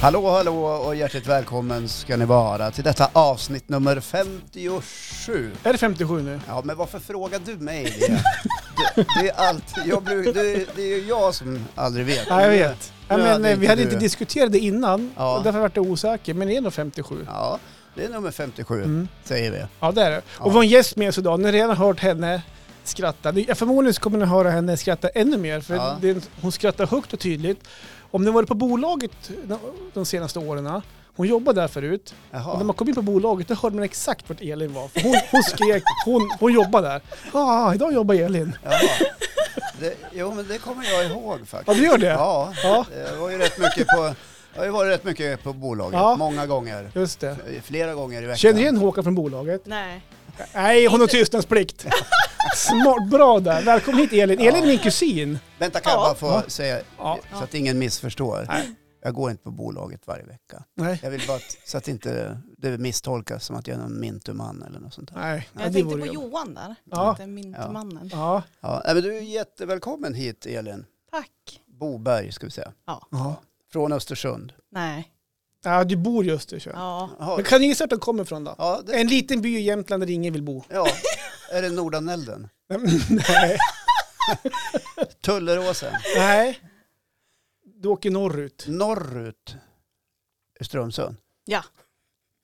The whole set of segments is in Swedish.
Hallå, hallå och hjärtligt välkommen ska ni vara till detta avsnitt nummer 57. Är det 57 nu? Ja, men varför frågar du mig det? Det, det är alltid, jag blir, det, det är ju jag som aldrig vet. Ja, jag vet. Ja, Nu men, hade eh, vi hade inte inte du- diskuterat det innan Ja. och därför vart jag osäker. Men det är nog 57. Ja, det är nummer 57, Mm. säger vi. Ja, det är det. Ja. Och vår gäst med oss idag, ni har redan hört henne skratta. Ni- ja, Förmodligen så kommer ni höra henne skratta ännu mer för Ja. det är en- hon skrattar högt och tydligt. Om ni varit på bolaget de- de senaste åren, hon jobbade där förut, och när Jaha. man kom in på bolaget då hörde man exakt vart Elin var. För Hon, hon skrek, hon, hon jobbade där. Ja, ah, idag jobbar Elin. Jaha. Det, jo, men det kommer jag ihåg faktiskt. Ja, du gör det? Ja, Ja. jag var ju rätt mycket på, jag har ju varit rätt mycket på bolaget, Ja. många gånger. Just det. Flera gånger i veckan. Känner du igen Håkan från bolaget? Nej. Nej, hon har tystnadsplikt. Smart, bra där. Välkommen hit Elin. Elin är min kusin. Vänta, kan jag Ja. bara få Ja. säga, Ja. så att ingen missförstår. Jag går inte på bolaget varje vecka. Nej. Jag vill bara att, så att inte det misstolkas som att jag är någon mintuman eller något sånt där. Nej. Men jag det tänkte vore på ju- Johan där. Ja. Ja. Myntmannen. Ja. Ja, nej, men du är jättevälkommen hit Elin. Tack. Boberg ska vi säga. Ja. Från Östersund. Nej. ja, du bor just i Östersund. Ja. Jaha. Men Kan du gissa vart de kommer ifrån då? Ja, det, En liten by i Jämtland där ingen vill bo. ja, är det Nordanelden? Nej. Tulleråsen? Nej. Du åker norrut. Mm. Norrut? Strömsund? Ja.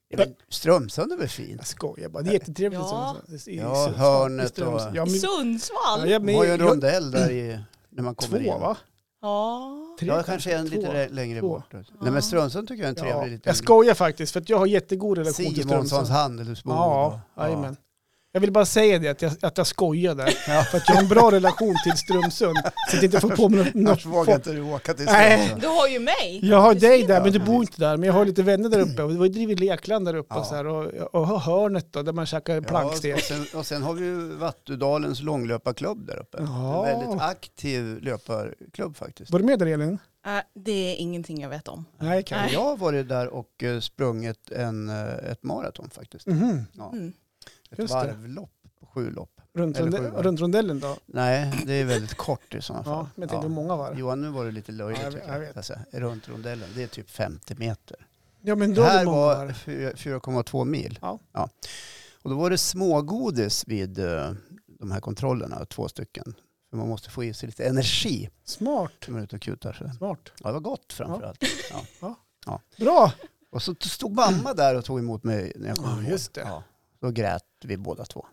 Ja, men Strömsund är väl fint? Jag skojar bara. Det är jättetrevligt. i Ja. Sundsvall. I- i Ja, Sundsvall. hörnet I Strömstad. och- Ja, I men, Sundsvall. ja, De men, har ju en jag, rondell där i, när man kommer två in. va? Ja. Tre Ja, kanske. kanske en lite Två. lä- längre Två. bort. Nej, men Strömsund tycker jag är en trevlig Ja. liten... Jag skojar faktiskt för att jag har jättegod relation till Strömstad. Simonssons handelsbord. Ja, jajamän. Jag vill bara säga det, att jag, att jag skojade. Ja. För att jag har en bra relation till Strömsund. Så att jag inte får på mig något- något Annars vågar folk. inte du åka till Nej. Strömsund. Du har ju mig. Jag har dig där, Ja, men du bor visst. inte där. Men jag har lite vänner där uppe. Och det var ju drivit lekland där uppe Ja. och, så här, och, och har hörnet då, där man käkar Ja, plankstek. och, sen, och sen har vi ju Vattudalens långlöparklubb där uppe. Ja. En väldigt aktiv löparklubb faktiskt. Var du med där Elin? Äh, det är ingenting jag vet om. Nej, kan Nej. Jag har varit där och eh, sprungit en, eh, ett maraton faktiskt. Mhm. Ja, Mm. ett just det. varvlopp, sju lopp. Runt, Eller ronde- sju, va? runt rondellen då? Nej, det är väldigt kort i sådana fall. Ja, men jag tänkte hur många var det? Johan, nu var det lite löjligt. Ja, jag tycker vet- jag vet. Alltså, runt rondellen, det är typ 50 meter. Ja, men Det då var det här många var var... fy- 4,2 mil. Ja. Och då var det smågodis vid eh, de här kontrollerna, två stycken. För man måste få i sig lite energi Smart. när man är ute och kutar. Så. Smart. Ja, det var gott framför Ja. allt. Ja. Bra! Och så stod mamma där och tog emot mig när jag kom Ja, ihåg. just det. Ja. Då grät vi båda två.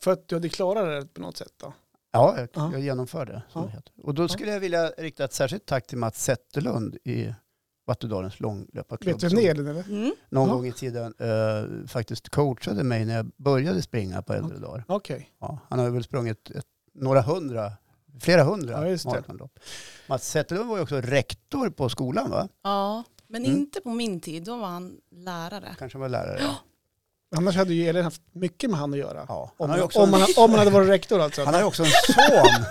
För att du hade klarat det på något sätt då? Ja, jag, Ja. jag genomförde. Som Ja. det heter. Och då skulle jag vilja rikta ett särskilt tack till Mats Zetterlund i Vattudalens långlöparklubb. Vet du som- vem det är Elin, eller? Mm. någon Ja. gång i tiden eh, faktiskt coachade mig när jag började springa på äldre dagar. Okej. Ja, han har väl sprungit ett, några hundra, flera hundra Ja, just det. maratonlopp. Mats Zetterlund var ju också rektor på skolan va? Ja. Men Mm. inte på min tid. Då var han lärare. Kanske han var lärare. Annars hade ju Elin haft mycket med han att göra. Ja. Han Om, har ju han också, om, en, han, om han hade varit rektor alltså. han har ju också en son.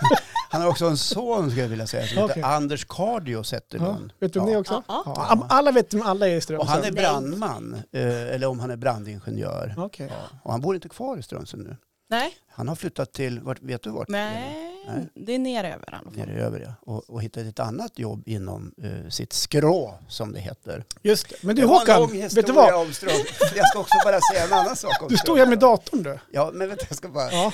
Han har också en son skulle jag vilja säga som Okej. heter Anders Cardio Zetterlund. Ja, vet du om det också? Ja. Ja, alla vet vem alla är i Och Strömsund. han är brandman, eh, eller om han är brandingenjör. Okej. Ja. Och han bor inte kvar i Strömsund nu. Nej. Han har flyttat till, vart, vet du vart? Nej. Nej. Det är neröver i alla fall. nere över ja. och, och hittade ett annat jobb inom eh, sitt skrå som det heter. Just det. Men du Det var en Håkan, lång vet du historia vad? Om Ström. Jag ska också bara säga en annan sak om Du Ström. står här med datorn du. Ja, men vänta, jag ska bara... Ja.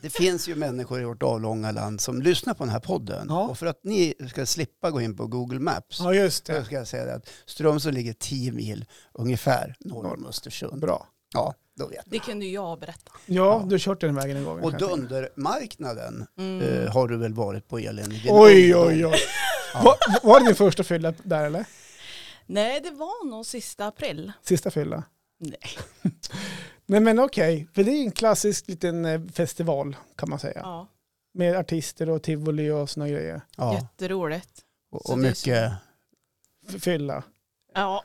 Det finns ju människor i vårt avlånga land som lyssnar på den här podden. Ja. Och för att ni ska slippa gå in på Google Maps ja, just så det. ska jag säga det att Strömsund ligger 10 mil ungefär norr om Östersund. Bra. Ja, då vet Det kunde ju jag berätta. Ja, du har kört den vägen en gång. jag. Och kanske. Dundermarknaden Mm. eh, har du väl varit på Elin? i din Oj, ungdom? oj, oj. Var, var det din första fylla där eller? Nej, det var nog sista april. Sista fylla? Nej. Nej men okej, för det är ju en klassisk liten eh, festival kan man säga. Ja. Med artister och tivoli och såna grejer. Ja, Jätteroligt. och, Så och det är mycket... F- Fylla. Ja.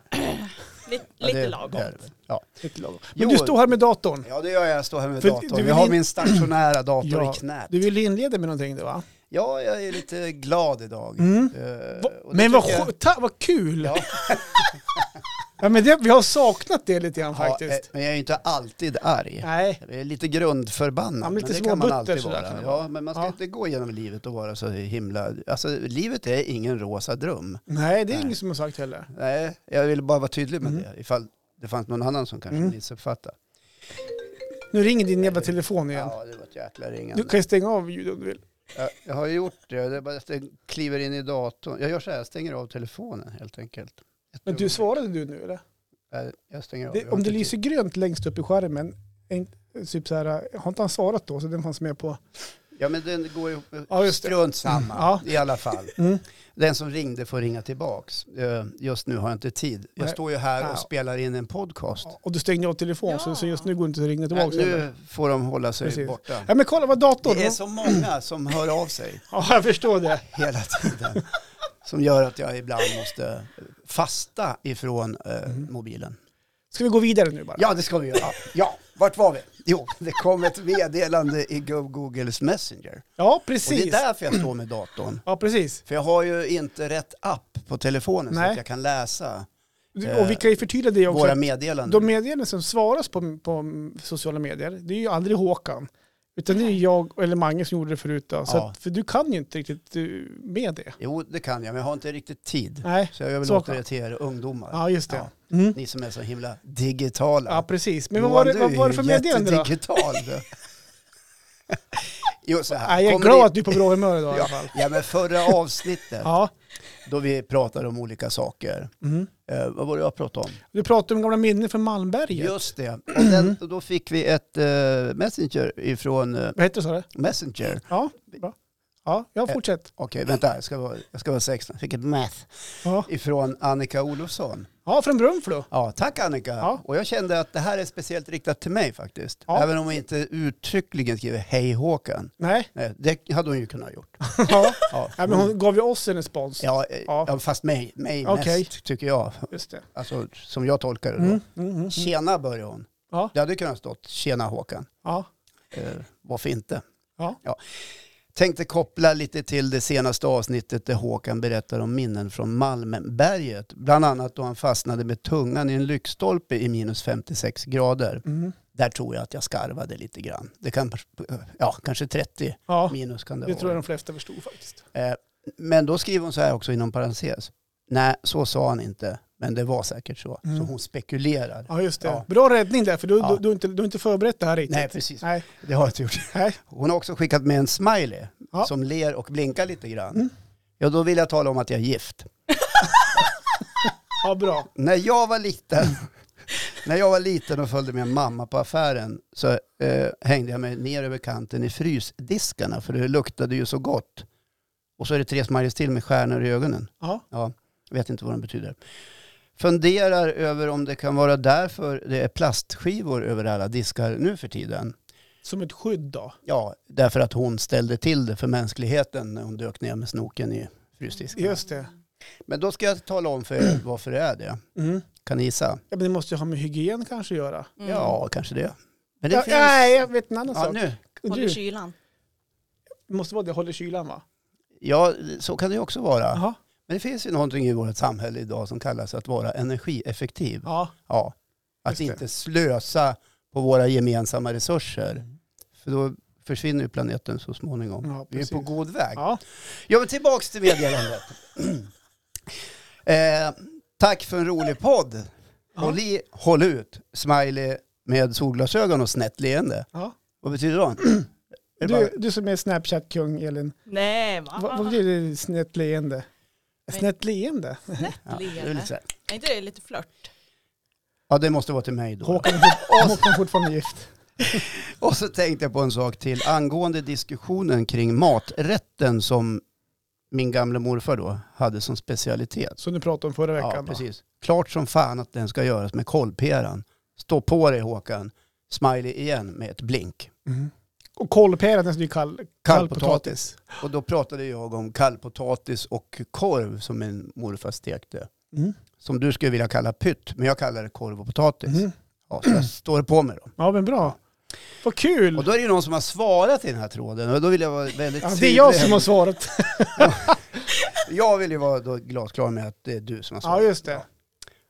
lite Ja, lite det- lagom. det är det väl. Ja. Lite lagom. Jo. Men du står här med datorn. ja, det gör jag. Jag står här med För du datorn. vill Jag har in- min stationära dator Ja, i knät. Du vill inleda med någonting du va? Ja, jag är lite glad idag. Mm. Eh, Va- och det Men vad, tycker jag- jag... ta, vad kul! Ja. Ja, men det, vi har saknat det lite grann Ja, eh, faktiskt. men jag är ju inte alltid arg. Nej, Jag är lite grundförbannad, Ja, men men, lite det kan man småbutter alltid sådär vara. kan det vara. ja, men man ska Ja. inte gå genom livet och vara så himla... Alltså, livet är ingen rosa dröm. nej det är Nej. ingen som har sagt heller. Nej, jag vill bara vara tydlig med Mm. det, ifall det fanns någon annan som kanske Mm. missuppfattade. Nu ringer din jävla telefon igen. Ja, det var ett jäkla ringande. Du kan ju stänga av ljudet om du vill. Jag, jag har ju gjort det, det är bara att jag kliver in i datorn. Jag gör så här, jag stänger av telefonen helt enkelt. Ett Men du ögonblick. svarade du nu eller? Nej, Jag stänger av. Det, Jag har om det inte lyser tid. grönt längst upp i skärmen, en, typ så här, har inte han svarat då så den fanns med på? Ja, men den går ju... eh, Ja, just det. Strunt samma, Ja. i alla fall. Mm. Den som ringde får ringa tillbaks. Eh, Just nu har jag inte tid. Jag Nej. står ju här Ja. och spelar in en podcast. Ja, Och du stängde av telefonen så, Ja. så just nu går det inte att Nej, ringa tillbaka. heller. nu får de hålla sig Precis. borta. Ja men kolla vad datorn... Det är så många som hör av sig Ja jag förstår det. hela tiden. Som gör att jag ibland måste fasta ifrån eh, Mm. mobilen. Ska vi gå vidare nu bara? Ja, det ska vi göra. Ja, vart var vi? Jo, det kom ett meddelande i Go- Googles Messenger. Ja, Och det är precis. därför jag står med datorn. Ja precis. För jag har ju inte rätt app på telefonen så Nej. att jag kan läsa Du- Eh, Och vi kan ju förtydliga det också. våra att meddelanden. De meddelanden som svaras på, på sociala medier, det är ju aldrig Håkan. Utan det är ju jag eller Mange som gjorde det förut. Då. Så Ja. att, för du kan ju inte riktigt du, med det. Jo, det kan jag, men jag har inte riktigt tid. Nej, Så jag vill Så låta kan- det till er ungdomar. ja just det. Mm. Ni som är så himla digitala. Ja precis. Men Johan, vad var, det, du vad är var det ju för meddelande då? jättedigital, du. jo, så här. Nej, jag är Kommer glad det- att du är på bra humör idag i alla Ja, fall. ja, men förra avsnittet Ja. då vi pratade om olika saker. Mm. Eh, vad var det jag pratade om? Du pratade om gamla minnen från Malmberget. Just det. Och den, och då fick vi ett eh, Messenger ifrån eh, Vad heter det sa du? Messenger. Ja, bra. Ja, jag Eh. fortsätt. Okej, vänta. Jag ska vara, jag ska vara sexton. Jag Fick ett math Ja, ifrån Annika Olofsson. ja från Brunflo. Ja, tack Annika. Ja. Och jag kände att det här är speciellt riktat till mig faktiskt. Ja. Även om jag inte uttryckligen skriver hej Håkan. Nej, Nej, det hade hon ju kunnat ha gjort. ja. Ja, Nej, men hon gav ju oss en respons. ja, eh, Ja. ja fast mig, mig Okej. mest tycker jag. Just det. Alltså som jag tolkar det då. Mm. Mm. Mm. Tjena börjar hon. Ja. Det hade kunnat stått tjena Håkan. Ja. Eh, varför inte? Ja. Tänkte koppla lite till det senaste avsnittet där Håkan berättar om minnen från Malmberget. Bland annat då han fastnade med tungan i en lyktstolpe i minus 56 grader. Mm. Där tror jag att jag skarvade lite grann. Det kan, ja, kanske 30 ja, minus kan det, det vara. tror jag de flesta förstod faktiskt. Eh, Men då skriver hon så här också inom parentes. Nej, så sa han inte, men det var säkert så. Mm. Så hon spekulerar. Ja, just det. Ja. Bra räddning där, för du, Ja. du, du, har inte, du har inte förberett det här riktigt. Nej, precis. Nej. Det har jag inte gjort. Nej. Hon har också skickat med en smiley Ja. som ler och blinkar lite grann. Mm. Ja, då vill jag tala om att jag är gift. Ja, bra. När jag var liten, när jag var liten och följde med mamma på affären så eh, hängde jag mig ner över kanten i frysdiskarna för det luktade ju så gott. Och så är det tre smileys till med stjärnor i ögonen. Ja. Ja, jag vet inte vad de betyder. Funderar över om det kan vara därför det är plastskivor över alla diskar nu för tiden. Som ett skydd då. Ja, därför att hon ställde till det för mänskligheten när hon dök ner med snoken i frysdisken. Just det. Men då ska jag tala om för er varför det är det. Mm. Kan ni gissa? Ja, men det måste ju ha med hygien kanske att göra. Mm. Ja, kanske det. Men det Ja, finns... nej, jag vet en annan Ja, sak. nu. Håller Du, kylan. det måste vara det, håller kylan va? ja, så kan det ju också vara. Jaha. Men det finns ju någonting i vårt samhälle idag som kallas att vara energieffektiv. Ja. Ja. Att Just det. inte slösa på våra gemensamma resurser. Mm. För då försvinner ju planeten så småningom. Ja, Vi är Mm, precis. på god väg. Ja. Ja, men tillbaks till meddelandet. eh, tack för en rolig podd. Håll i, håll ut. Smiley med solglasögon och snett leende. Ja. Vad betyder det? Är det bara- Du, du som är Snapchat-kung, Elin. Nej, va? Vad, vad betyder snett leende? Snett leende? ja, det leende. är väl lite så här. Är inte det lite flört? ja, det måste vara till mig då. Håkan är, fort, Håkan är fortfarande gift. Och så tänkte jag på en sak till angående diskussionen kring maträtten som min gamla morfar då hade som specialitet. Som du pratade om förra veckan. Ja, då. precis. Klart som fan att den ska göras med kolperan. Stå på dig Håkan. Smiley igen med ett blink. Mm. Och kolpera, den som du kallar Kallpotatis. Och då pratade jag om kallpotatis och korv som min morfar stekte. Mm. Som du skulle vilja kalla pytt, men jag kallar det korv och potatis. Mm. Ja, så jag står på mig då. Ja, men bra. Vad kul! Och då är det ju någon som har svarat i den här tråden och då vill jag vara väldigt ja, det är tydlig. jag som har svarat. Jag vill ju vara då glasklar med att det är du som har svarat. Ja, just det.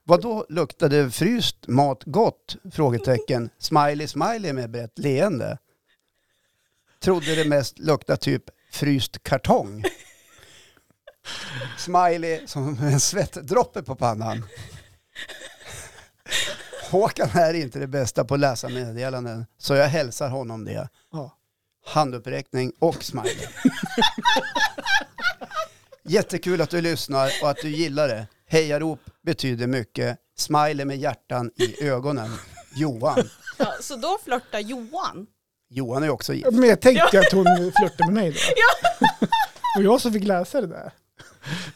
Vad då luktade fryst mat gott? Frågetecken. Smiley smiley med brett leende. Trodde det mest lukta typ fryst kartong. Smiley som en svettdroppe på pannan. Håkan är inte det bästa på att läsa meddelanden så jag hälsar honom det. Ja. Handuppräckning och smiley. Jättekul att du lyssnar och att du gillar det. Hejarop betyder mycket. Smiley med hjärtan i ögonen. Johan. Ja, så då flörtar Johan. Johan är också gift. Men jag tänkte att hon flörtade med mig då. Och jag som fick läsa det där.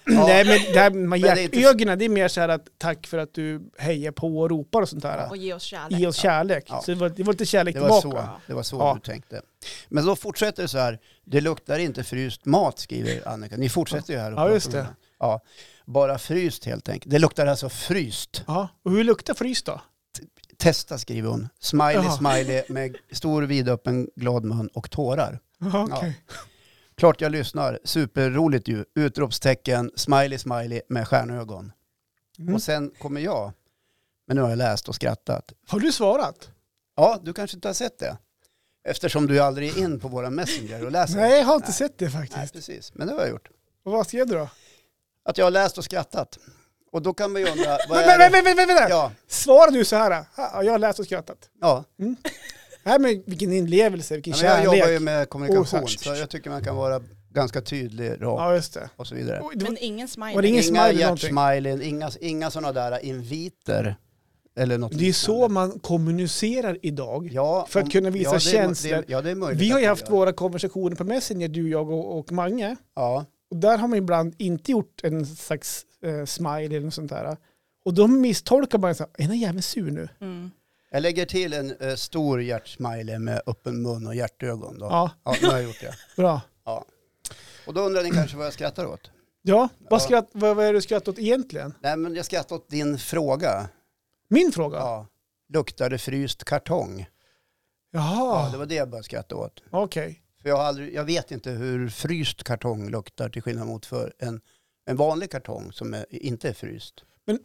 Nej men det här med det är inte- hjärtögonen, det är mer så här att tack för att du hejar på och ropar och sånt där. Och ge oss kärlek. Ge oss kärlek. Ja. Så det var, det var lite kärlek Det var så, tillbaka. det var så Ja. du tänkte. Men då fortsätter det så här. Det luktar inte fryst mat skriver Annika. Ni fortsätter ju här. och Ja, pratar just om det. Ja, bara fryst helt enkelt. Det luktar alltså fryst. Ja. Och hur luktar frys då? Testa skriver hon. Smiley, Jaha. smiley med stor vidöppen glad mun och tårar. Ja, okej. Klart jag lyssnar. Superroligt ju. Utropstecken, smiley, smiley med stjärnögon. Mm. Och sen kommer jag. Men nu har jag läst och skrattat. Har du svarat? Ja, du kanske inte har sett det. Eftersom du aldrig är in på våra Messenger och läser. Nej, jag har inte Nej. sett det Nej, faktiskt. precis. Men det har jag gjort. Och vad skrev du då? Att jag har läst och skrattat. Och då kan man ju undra, vad Men, är men, det? men, men, men, men, men. Ja, Svarar du så här? "Ja, Jag har läst och skrattat. ja. Nej, men vilken inlevelse, vilken Men jag kärlek. jobbar ju med Och så kommunikation här- så jag tycker man kan vara ganska tydlig, rak Ja, just det. och så vidare. Och det var- Men ingen smiley. Och det är ingen Inga smiley någonting. hjärtsmileyn, inga, inga sådana där inviter. Eller något Det är så liknande. man kommunicerar idag. ja, för att kunna visa ja, det är- känslor. Det, ja, det är möjligt Vi har att ju man haft gör. våra konversationer på Messenger, du, jag och, och Mange. Ja, Och där har man ibland inte gjort en slags eh, smile eller något sånt där. Och då misstolkar man så här, är den här jäveln sur nu? Mm. jag lägger till en eh, stor hjärtsmiley med öppen mun och hjärtögon. Då. Ja. Ja, nu har jag gjort det. bra. Och då undrar ni kanske vad jag skrattar åt. Ja, Ja. vad, skratt, vad, vad är det du skrattar åt egentligen? Nej, men jag skrattar åt din fråga. Min fråga? Ja. Luktar det fryst kartong? Ja, Jaha, det var det jag började skratta åt. okej. För jag, har aldrig, jag vet inte hur fryst kartong luktar till skillnad mot för en, en vanlig kartong som är, inte är fryst. Men-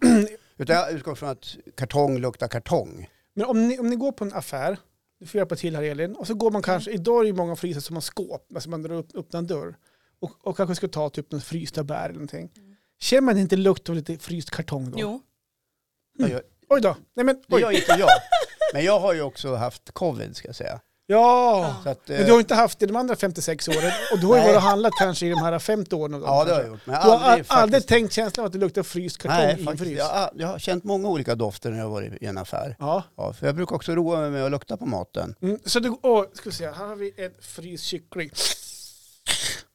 Utan jag utgår från att kartong luktar kartong. Men om ni, om ni går på en affär, du får hjälpa till här Elin, och så går man kanske, idag är det ju många frysar som har skåp, alltså man drar upp, öppnar en dörr och, och kanske ska ta typ en frysta bär eller någonting. Känner man inte lukt av lite fryst kartong då? Jo. Mm. Jag gör, Oj då, nej men det oj. gör inte jag. Men jag har ju också haft covid ska jag säga. Ja, Så att, eh, men du har inte haft det de andra 56 åren och du har ju Nej. varit och handlat kanske i de här 50 åren. av dem ja, det har kanske. jag gjort. Men jag Du har aldrig, har aldrig, faktiskt, aldrig tänkt känslan av att det luktar fryst kartong nej, i en faktiskt, frys? jag, har- jag har känt många olika dofter när jag har varit i en affär. Ja. Ja, för jag brukar också roa mig med att lukta på maten. Mm, så du, åh, ska vi se, här har vi en fryst kyckling.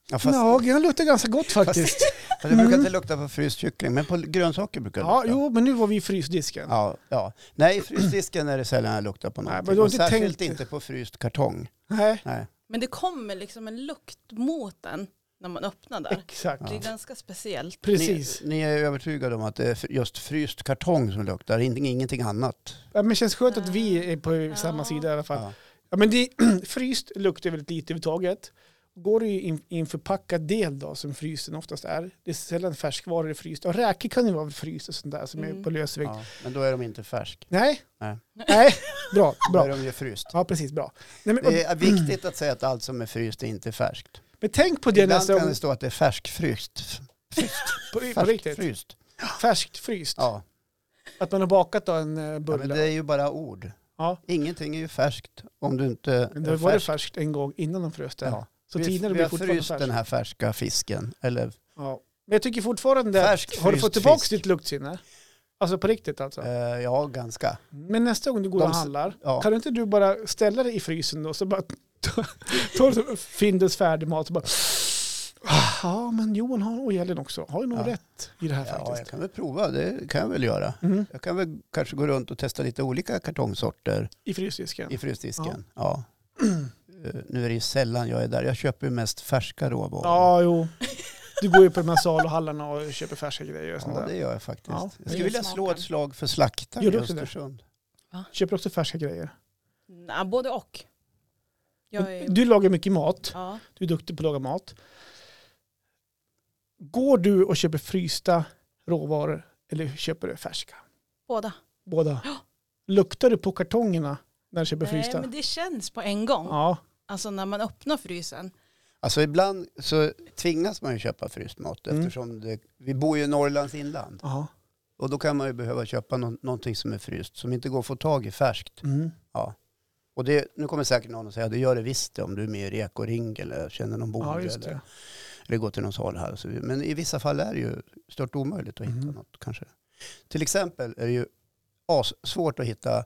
Ja, fast, Ja, den luktar ganska gott faktiskt. fast, fast jag brukar inte lukta på fryst kyckling, men på grönsaker brukar jag Mm. Ja, lukta. jo, men nu var vi i frysdisken. Ja, ja. Nej, i frysdisken är det sällan jag luktar på Nej, någonting. men du har Och inte Särskilt tänkt- inte på fryst kartong. Nej. Nej. Men det kommer liksom en lukt mot den när man öppnar där. Exakt. Det är ganska speciellt. Precis. Ni, ni är övertygade om att det är fr- just fryst kartong som luktar, in- ingenting annat. Ja, men det känns skönt att vi är på samma sida i alla fall. Ja. Ja. men det, fryst luktar väldigt lite överhuvudtaget. Går det ju in, i en förpackad del då, som frysen oftast är. Det är sällan färskvaror är fryst. Och räkor kan ju vara fryst och sånt där som är Mm. på lösvikt. Ja, men då är de inte färsk. Nej. Nej. Nej, bra, Då är bra. de ju fryst. Ja, precis, bra. Nej, men, Det är viktigt att säga att allt som är fryst är inte färskt. men tänk på det Ibland nästa kan gång, det stå att det är färskfryst. på, på Färskt riktigt. fryst. Färskt fryst. Ja. Att man har bakat då en eh, ja, men bulle. det är ju bara ord. Ja. Ingenting är ju färskt om du inte Men det är var det färsk. färskt en gång innan de frös det. Ja. Så vi, tidigare vi blir har fortfarande fryst färskt. den här färska fisken. Eller, Ja. Men jag tycker fortfarande, Färsk har du fryst fått tillbaka fisk. ditt luktsinne? Alltså på riktigt alltså. eh, ja, ganska. Men nästa gång du går de och s- handlar, ja. kan inte du bara ställa dig i frysen då så bara ta- tar du så- Findus färdig mat och bara "Ah, Ja men Johan har, och Elin också har ju nog Ja. rätt i det här Ja, jag faktiskt. kan väl prova, det kan jag väl göra. Mm, Jag kan väl kanske gå runt och testa lite olika kartongsorter I frysdisken. i frysdisken. Ja. Eh, nu är det ju sällan jag är där. Jag köper ju mest färska råvaror. Ja jo. Du går ju på de här saluhallarna och köper färska grejer och sånt Ja, där. det gör jag faktiskt. Ja. jag skulle vilja slå ett slag för slaktare Gör du i också det? Östersund. Köper också färska grejer. Nej, både och. Jag är... Du lagar mycket mat. Ja. Du är duktig på att laga mat. Går du och köper frysta råvaror eller köper du färska? Båda. Båda. Ja. Luktar du på kartongerna när du köper Nej, frysta? Eh, men det känns på en gång. Ja. Alltså när man öppnar frysen. Alltså ibland så tvingas man ju köpa fryst mat Mm. eftersom det, vi bor ju i Norrlands inland. ja. Och då kan man ju behöva köpa nå- någonting som är fryst, som inte går att få tag i färskt. Mm. Och det, nu kommer säkert någon att säga, det gör det visst det, om du är med i Ekoring eller känner någon bonde ja, just eller, det. eller går till någon salhall. och så vidare. Men i vissa fall är det ju stört omöjligt att hitta Mm. något kanske. Till exempel är det ju svårt att hitta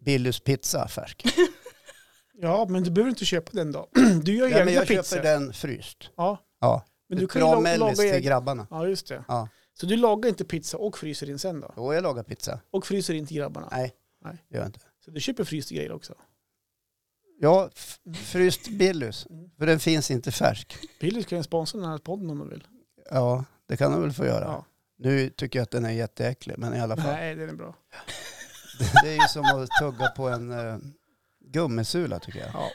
Billys pizza färsk. Ja, men du behöver inte köpa den då. Du gör Nej, egna men jag pizzor. köper den fryst. Ja. Ja. Men Ett du kan ju bra la- mellis laga till egen- grabbarna. Ja, just det. Ja. Så du lagar inte pizza och fryser in sen då? Jo, jag lagar pizza. Och fryser in till grabbarna? Nej, Nej. det gör jag inte. Så du köper frysta grejer också? Ja, f- fryst Billys. Mm. För den finns inte färsk. Pillers kan ju sponsra den här podden om de vill. Ja, det kan de väl få göra. Ja. Nu tycker jag att den är jätteäcklig, men i alla fall. Nej, den är bra. Det är ju som att tugga på en eh, gummisula tycker jag. Ja.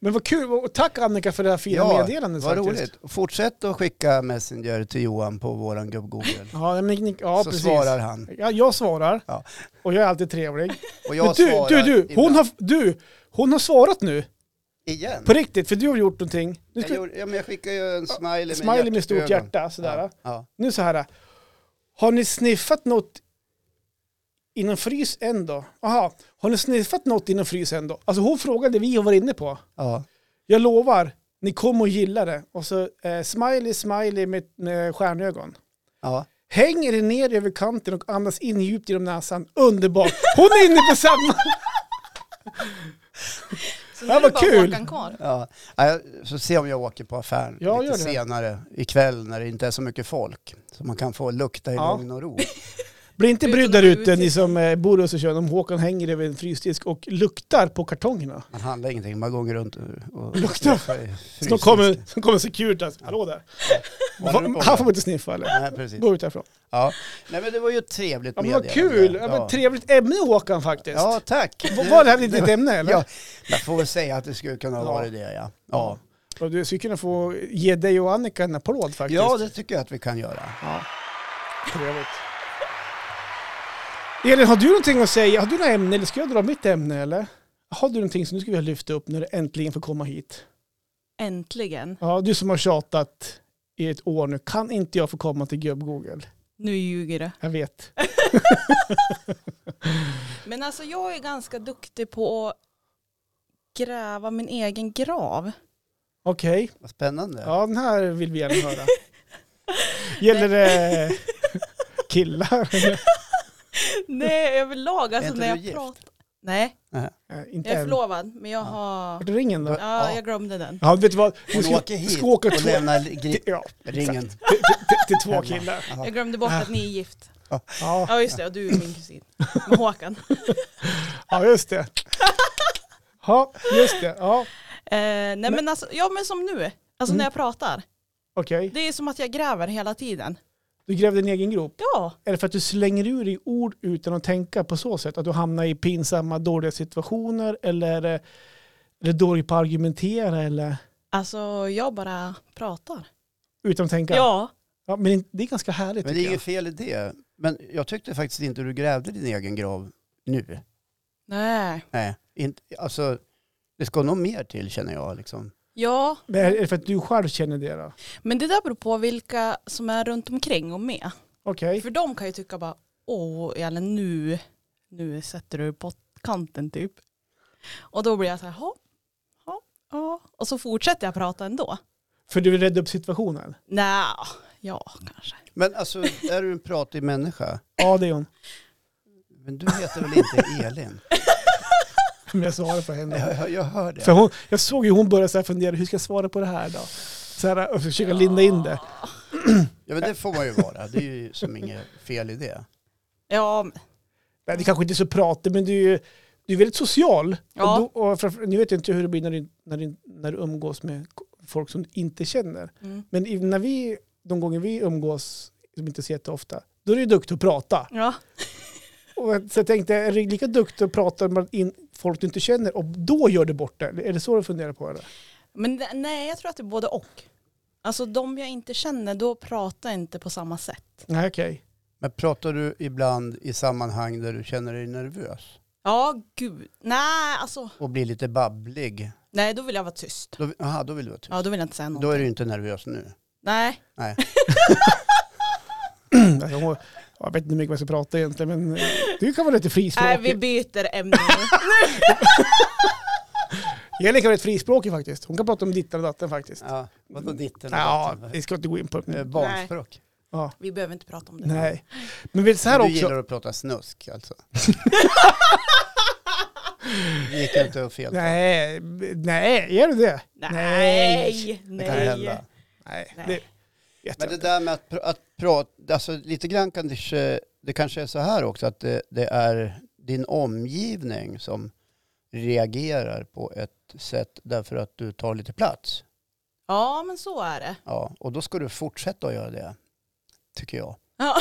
Men vad kul, och tack Annika för det här fina Ja, meddelandet Vad faktiskt. roligt. Fortsätt att skicka Messenger till Johan på våran gubb-Google. Ja, men, ni- ja så precis. svarar han. Ja, jag svarar. Ja. Och jag är alltid trevlig. Och Men jag du, svarar du, du, hon ibland. har, du, hon har svarat nu. Igen? På riktigt, för du har gjort någonting. Nu Jag, ska, gjorde, ja, men jag skickar ju en smiley med smiley med stort hjärtögon. hjärta, sådär. Ja, ja. Nu så här. Har ni sniffat något inom frys än då? Aha, har ni sniffat något inom frys än då? Alltså hon frågade vi och var inne på. ja. Jag lovar, ni kommer att gilla det. Och så eh, smiley, smiley med, med stjärnögon. ja. Häng er ner över kanten och andas in djupt genom näsan. Underbart! Hon är inne på samma! Så Ja, nu är det vad bara kul. Håkan kvar. Ja, ja, så se om jag åker på affären Ja, lite gör det. senare ikväll när det inte är så mycket folk. Så man kan få lukta i Ja. lugn och ro. Bli inte Utan brydd där ute utsikten. ni som eh, bor i Östersund om Håkan hänger över en frysdisk och luktar på kartongerna. Man handlar ingenting, man går runt och... och Luktar. Så då Snart kommer, så kommer Securitas. Hallå där! Va, han får man inte sniffa eller? Nej, precis. Gå ut härifrån. Ja. Nej, men det var ju ett trevligt Ja, men vad meddelande. kul! Ja, men trevligt ämne Håkan faktiskt. Ja, tack. V- Var det här ditt ämne eller? Ja, jag får väl säga att det skulle kunna vara det, ja. Ja, Och Du skulle kunna få ge dig och Annika en applåd faktiskt. ja det tycker jag att vi kan göra. Ja. Trevligt. Elin, har du någonting att säga? Har du något ämne eller ska jag dra mitt ämne eller? Har du någonting som du skulle vilja lyfta upp när du äntligen får komma hit? Äntligen. Ja, du som har tjatat i ett år nu, kan inte jag få komma till gubb-Google? Nu ljuger du. Jag vet. Men alltså jag är ganska duktig på att gräva min egen grav. Okej, Vad spännande. ja den här vill vi gärna höra. Gäller det killar? Nej, överlag. Är Alltså inte när du jag gift? pratar. Nej, Nej, inte jag är än. förlovad. Men jag Ja. har... Vart är ringen då? Ja, jag glömde den. Ja, vet du vad? Du Hon ska, åker du hit ska åka och två, lämnar gri- ja, ringen. till, till, till två hemma. killar. Ja. Jag glömde bort att ni är gift. Ja, Ja, just det. Och du är min kusin. Med Håkan. ja just det. Ja, just det. Ja, Eh, nej men alltså, ja men som nu. Alltså Mm. när jag pratar. okej. Det är som att jag gräver hela tiden. Du grävde en egen grop. Ja, Är det för att du slänger ur dig ord utan att tänka på så sätt? Att du hamnar i pinsamma, dåliga situationer eller är det- eller dålig på att argumentera eller alltså jag bara pratar. utan att tänka? Ja, Ja, men det är ganska härligt Men det tycker är jag. inget fel i det. Men jag tyckte faktiskt inte du grävde din egen grav nu. nej. Nej, inte, alltså det ska nog mer till känner jag liksom. Ja, Men är det för att du själv känner det då? men det där beror på vilka som är runt omkring och med. Okej. För de kan ju tycka bara, åh, eller nu, nu sätter du på kanten typ. Och då blir jag så här, "Ha, ja, ja. Och så fortsätter jag prata ändå. För du vill rädda upp situationen? Nej, ja kanske. Men alltså är du en pratig människa? Ja, det är hon. Men du heter väl inte Elin? Men jag svarar på henne. Jag, jag, jag hör För det. hon, jag såg ju hon började så här fundera, hur ska jag svara på det här då? Så här, och försöka linda in det. Ja, men det får man ju vara. Det är ju som inget fel i det. Ja, men- Nej, det kanske inte är så pratigt, men du är ju du är väldigt social. Ja. Och då, och framför, nu vet jag inte hur det blir när du, när, du, när du umgås med k- folk som du inte känner. mm. Men i- när vi, de gånger vi umgås, som inte är så jätteofta, då är du duktig att prata. ja. Och jag- så jag tänkte, är du lika duktig att prata med in, folk du inte känner och då gör du bort det? Är det så du funderar på det? Men det- nej, jag tror att det är både och. Alltså de jag inte känner, då pratar jag inte på samma sätt. Nej, okej. Men pratar du ibland i sammanhang där du känner dig nervös Ja, gud. Nej, alltså. och blir lite babblig? Nej, då vill jag vara tyst. Då, aha, då vill du vara tyst. Ja, då vill jag inte säga någonting. Då är du ju inte nervös nu. Nej. Nej. Alltså, jag må- jag vet inte hur mycket man ska prata egentligen, men eh, du kan vara lite Nej, vi frispråkig. byter ämne nu. Elin kan vara lite frispråkig faktiskt. Hon kan prata om dittan och datten faktiskt. Ja, vadå ditten och Ja, datten? vi ska inte gå in på Eh, det. Barnspråk. Ja, Vi behöver inte prata om det. nej. Men vi så här du också. gillar att prata snusk alltså? det gick inte att fel. Nej, nej, är du det? Nej. Det kan hända. Nej. Nej, Nej. det vet Men jag det inte. där med att, pr- att prata, alltså lite grann kan det, ske- det kanske är så här också att det, det är din omgivning som reagerar på ett sätt därför att du tar lite plats. Ja, men så är det. Ja, och då ska du fortsätta att göra det, tycker jag. Ja.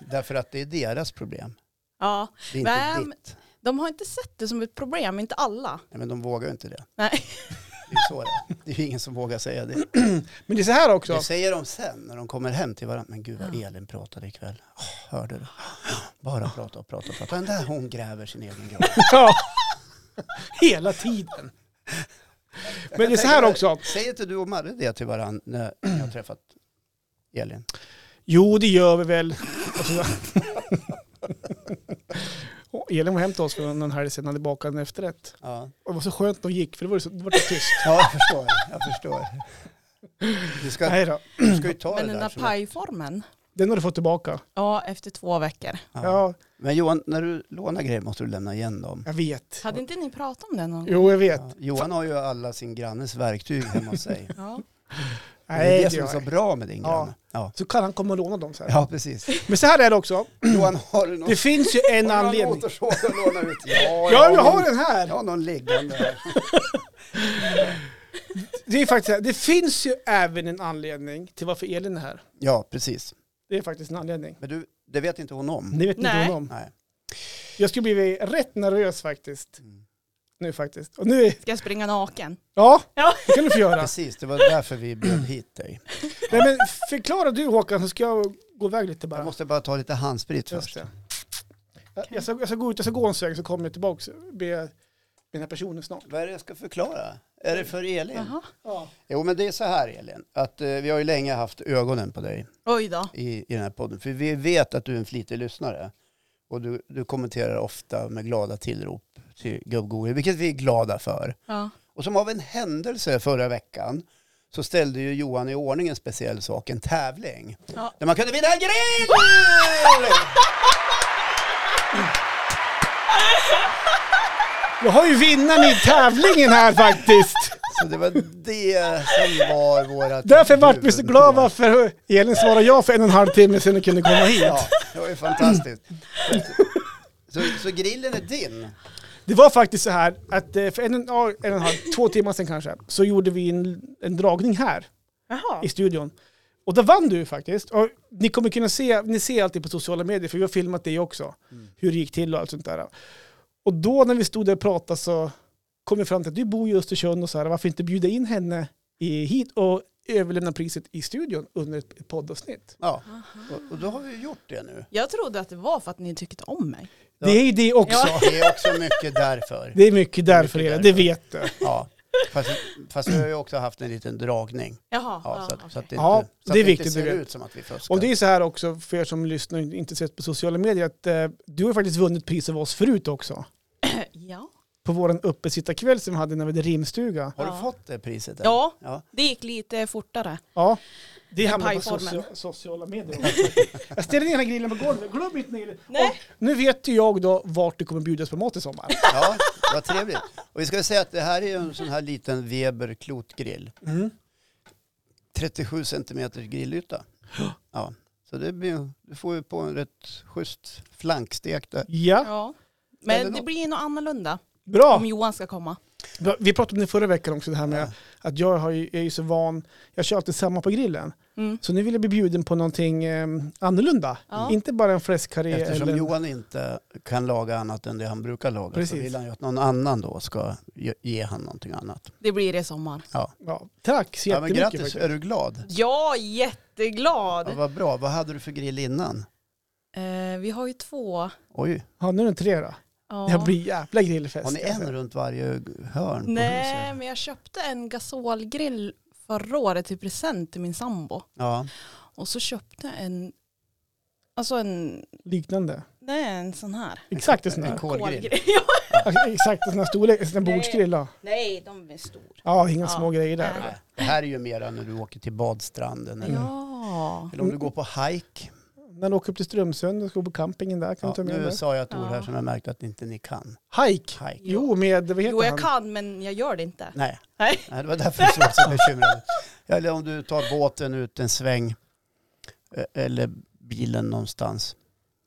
Därför att det är deras problem. ja. Det är inte Men- ditt. De har inte sett det som ett problem, inte alla. Nej, men de vågar ju inte det. Nej. Det är ju så det är. Det är ju ingen som vågar säga det. Men det är så här Det också. säger de sen när de kommer hem till varandra. Men gud vad Elin pratade ikväll. Åh, hörde du? Bara prata och prata och prata. Den där hon gräver sin egen grav. Ja. Hela tiden. Men det är så här också. Säger inte du och Marre det till varandra när ni har träffat Elin? Jo, det gör vi väl. Alltså. Och så- Och Elin var hem till oss för någon helg sedan, hade bakat en efterrätt. Ja, Och det var så skönt när hon gick, för det var så, det var så tyst. ja jag förstår. Jag förstår. Du ska, Nej då. du ska ju ta Men det den där. där som ett- pajformen, Den har du fått tillbaka. ja, efter två veckor. Ja. Ja, Men Johan, när du lånar grejer måste du lämna igen dem. jag vet. Hade inte ni pratat om det någon gång? Jo, jag vet. Ja, Johan har ju alla sin grannes verktyg hemma hos sig. Ja. det är Nej, det det som är gör så jag. bra med din Ja. granne. Ja, Så kan han komma och låna dem sen. ja precis. Men så här är det också. Johan, har du någon, Det finns ju en har du någon anledning. motorsåg att låna ut? Ja, Ja, jag har någon, den här. Jag har någon liggande här. Det är faktiskt det finns ju även en anledning till varför Elin är här. Ja, precis. Det är faktiskt en anledning. Men du, det vet inte hon om. Det vet inte Nej. hon om. Nej. Jag skulle bli rätt nervös faktiskt. Mm. Nu faktiskt. Och nu, Ska jag springa naken? ja, Ja. det kan du få göra. Precis, det var därför vi bjöd hit dig. Nej, men förklara du Håkan så ska jag gå iväg lite bara. Jag måste bara ta lite handsprit Just först. det. Jag- Jag, ska, jag ska gå ut, jag ska gå en sväng så kommer jag tillbaka och be den här personen snart. Vad är det jag ska förklara? Är det för Elin? Jaha. Ja. Jo, men det är så här Elin, att eh, vi har ju länge haft ögonen på dig Oj då. i, i den här podden. För vi vet att du är en flitig lyssnare. Och du, du kommenterar ofta med glada tillrop till gubbgoer, vilket vi är glada för. Ja. Och som av en händelse förra veckan så ställde ju Johan i ordning en speciell sak, en tävling. Ja. Där man kunde vinna en grill! Jag har ju vinnaren i tävlingen här faktiskt. Så det var det som var våra... Därför vart vi så glada varför Elin svarade ja för en och en halv timme sedan och kunde komma hit. Ja, det var ju fantastiskt. Så, så grillen är din? Det var faktiskt så här att eh, för en, ja, en och en halv, två timmar sedan kanske, så gjorde vi en, en dragning här Jaha. i studion. Och där vann du faktiskt. Och ni kommer kunna se, ni ser alltid på sociala medier, för vi har filmat det också, Mm. hur det gick till och allt sånt där. Och då när vi stod där och pratade så kom vi fram till att du bor ju i Östersund och så här, varför inte bjuda in henne i, hit och överlämna priset i studion under ett ett poddavsnitt? Ja, och, och då har vi ju gjort det nu. Jag trodde att det var för att ni tyckte om mig. Ja. Det är ju det också. Ja. Det är också mycket därför. Det är mycket därför, Elin, det därför. vet du. Ja. Fast, fast vi har ju också haft en liten dragning. Jaha. Ja, så, att, så att det, Ja, inte- så det är att det inte viktigt, ser du vet. ut som att vi fuskar. Och det är så här också, för er som lyssnar och inte sett på sociala medier, att eh, du har faktiskt vunnit pris av oss förut också. okej. Äh, ja. På våran uppesittarkväll som vi hade när vi hade rimstuga. Har du Ja. fått det priset? än? ja, ja. det gick lite fortare. Ja, det hamnar på pajformen. socia- sociala medier. jag ställer ner den här grillen på golvet, glöm inte grillen. Nej. Och nu vet ju jag då vart du kommer bjudas på mat i sommar. Ja, vad trevligt. Och vi ska väl säga att det här är ju en sån här liten Weber klotgrill. Mm. 37 centimeters grillyta. Ja, så det blir, ju- du får ju på en rätt schysst flankstek där. Ja, Ja. Ställer Men det något. blir nog annorlunda bra. om Johan ska komma. Vi pratade om det förra veckan också, det här med Ja. att jag har ju, jag är ju så van, jag kör alltid samma på grillen. Mm. Så nu vill jag bli bjuden på någonting eh, annorlunda. Ja. Inte bara en fläskkarré. Eftersom eller- Johan inte kan laga annat än det han brukar laga så Precis. vill han ju att någon annan då ska ge, ge han någonting annat. Det blir det i sommar. Ja, tack så Ja, men jättemycket. grattis, faktiskt. är du glad? Ja, jätteglad! Ja, vad bra, vad hade du för grill innan? Eh, vi har ju två. Oj, Ja, nu är det en tre då. Ja. Det här blir jävla grillfest. alltså. har ni kan jag en säga. runt varje hörn på Nej, huset? men jag köpte en gasolgrill förra året i present till min sambo. Ja, Och så köpte jag en, alltså en, Liknande. nej en sån här. Exakt en sån en här. kolgrill. Ja. Ja, Exakt en sån här storlek, en sån här Nej. bordsgrill. ja. Nej, de är stora. Ja, inga Ja. små grejer där. Nej. eller? Det här är ju mera när du åker till badstranden eller, Ja. eller om du går på hike. När du åker upp till Strömsund och ska gå på campingen där Ja, kan du ta med nu dig. sa jag ett ord här Ja. som jag märkte att inte ni kan. Hike. Hike. Jo, med, vad heter Jo, jag han? kan men jag gör det inte. Nej. Nej. Nej, det var därför jag såg så bekymrad ut. Eller om du tar båten ut en sväng eh, eller bilen någonstans.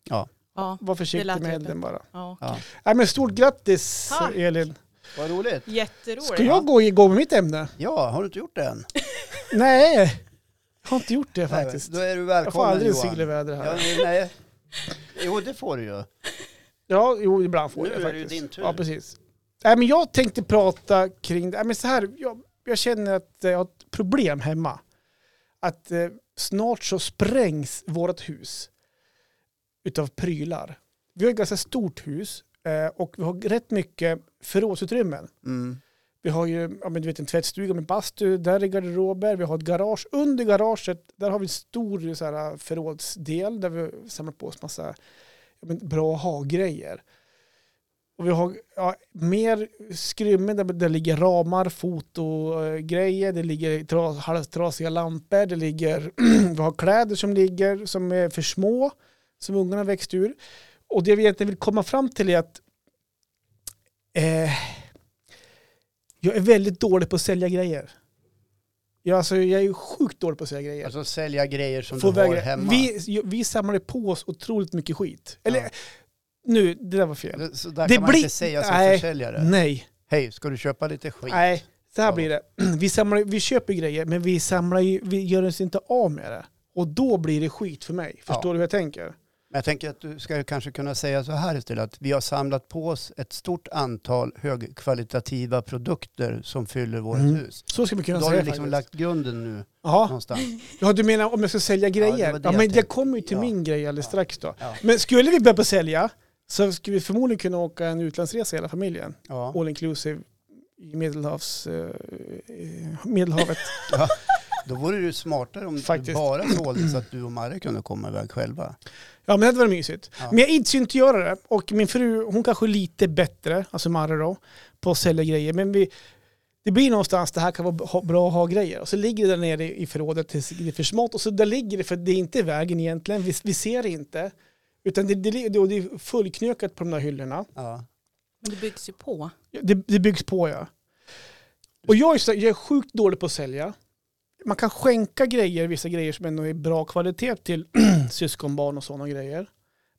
Ja. Var Det försiktig lät med jobbigt. elden bara. ja. Ja. Nej, men stort grattis Tack. Elin. Vad roligt. Jätteroligt. Ska jag gå igång med mitt ämne? Ja, har du inte gjort det än? Nej, jag har inte gjort det faktiskt. Nej, Då är du Jag får välkommen aldrig Johan. segla i väder Ja, här. men nej. Jo, det får du ju. Ja, jo, ibland får Nu jag är det faktiskt. din tur. Ja, precis. Nej, men jag tänkte prata kring det. Nej, men så här, jag, jag känner att eh, jag har ett problem hemma. Att eh, snart så sprängs vårt hus utav prylar. Vi har ett ganska stort hus eh, och vi har rätt mycket förrådsutrymmen. Mm. Vi har ju ja, men du vet, en tvättstuga med bastu, där är garderober, vi har ett garage. Under garaget där har vi en stor så här, förrådsdel där vi samlar på oss massa ja, men, bra att ha-grejer. Och vi har ja, mer skrymmen där det ligger ramar, fotogrejer, det ligger tra- halvtrasiga lampor, det ligger, vi har kläder som ligger som är för små, som ungarna växt ur. Och det vi egentligen vill komma fram till är att eh, jag är väldigt dålig på att sälja grejer. Jag, alltså, jag är ju sjukt dålig på att sälja grejer. Alltså sälja grejer som Får du har vägra- hemma. Vi, vi samlade på oss otroligt mycket skit. Eller Ja. nu, det där var fel. Så där Det kan man blir- inte säga som nej. försäljare. Nej, Hej, ska du köpa lite skit? nej, så här Ja. blir det. Vi, samlar, vi köper grejer, men vi, samlar ju, vi gör oss inte av med det. Och då blir det skit för mig. Ja. Förstår du hur jag tänker? Men jag tänker att du ska kanske kunna säga så här istället. Att vi har samlat på oss ett stort antal högkvalitativa produkter som fyller vårt Mm. hus. Så ska man Då kunna har säga du liksom faktiskt. lagt grunden nu ja. någonstans. ja, du menar om jag ska sälja det var grejer? Ja, det jag men det tänkte. kommer ju till Ja. min grej alldeles Ja. strax då. Ja. Men skulle vi börja på att sälja så skulle vi förmodligen kunna åka en utlandsresa hela familjen. Ja. all inclusive i Medelhavs, eh, eh, Medelhavet. Då vore det ju smartare om du Faktiskt. bara sålde så att du och Marre kunde komma iväg själva. ja men det hade varit mysigt. Ja. Men jag ids ju inte göra det. Och min fru, hon kanske är lite bättre, alltså Marre då, på att sälja grejer. Men vi, det blir någonstans, det här kan vara b- ha- bra att ha grejer. Och så ligger det där nere i förrådet tills det är för smått. Och så där ligger det, för det är inte i vägen egentligen. Vi, vi ser det inte. Utan det, det, det, och det är fullknökat på de där hyllorna. Ja. Men det byggs ju på. Det, det byggs på ja. Och jag är, så, jag är sjukt dålig på att sälja. Man kan skänka grejer, vissa grejer som ändå är bra kvalitet till syskonbarn och sådana grejer.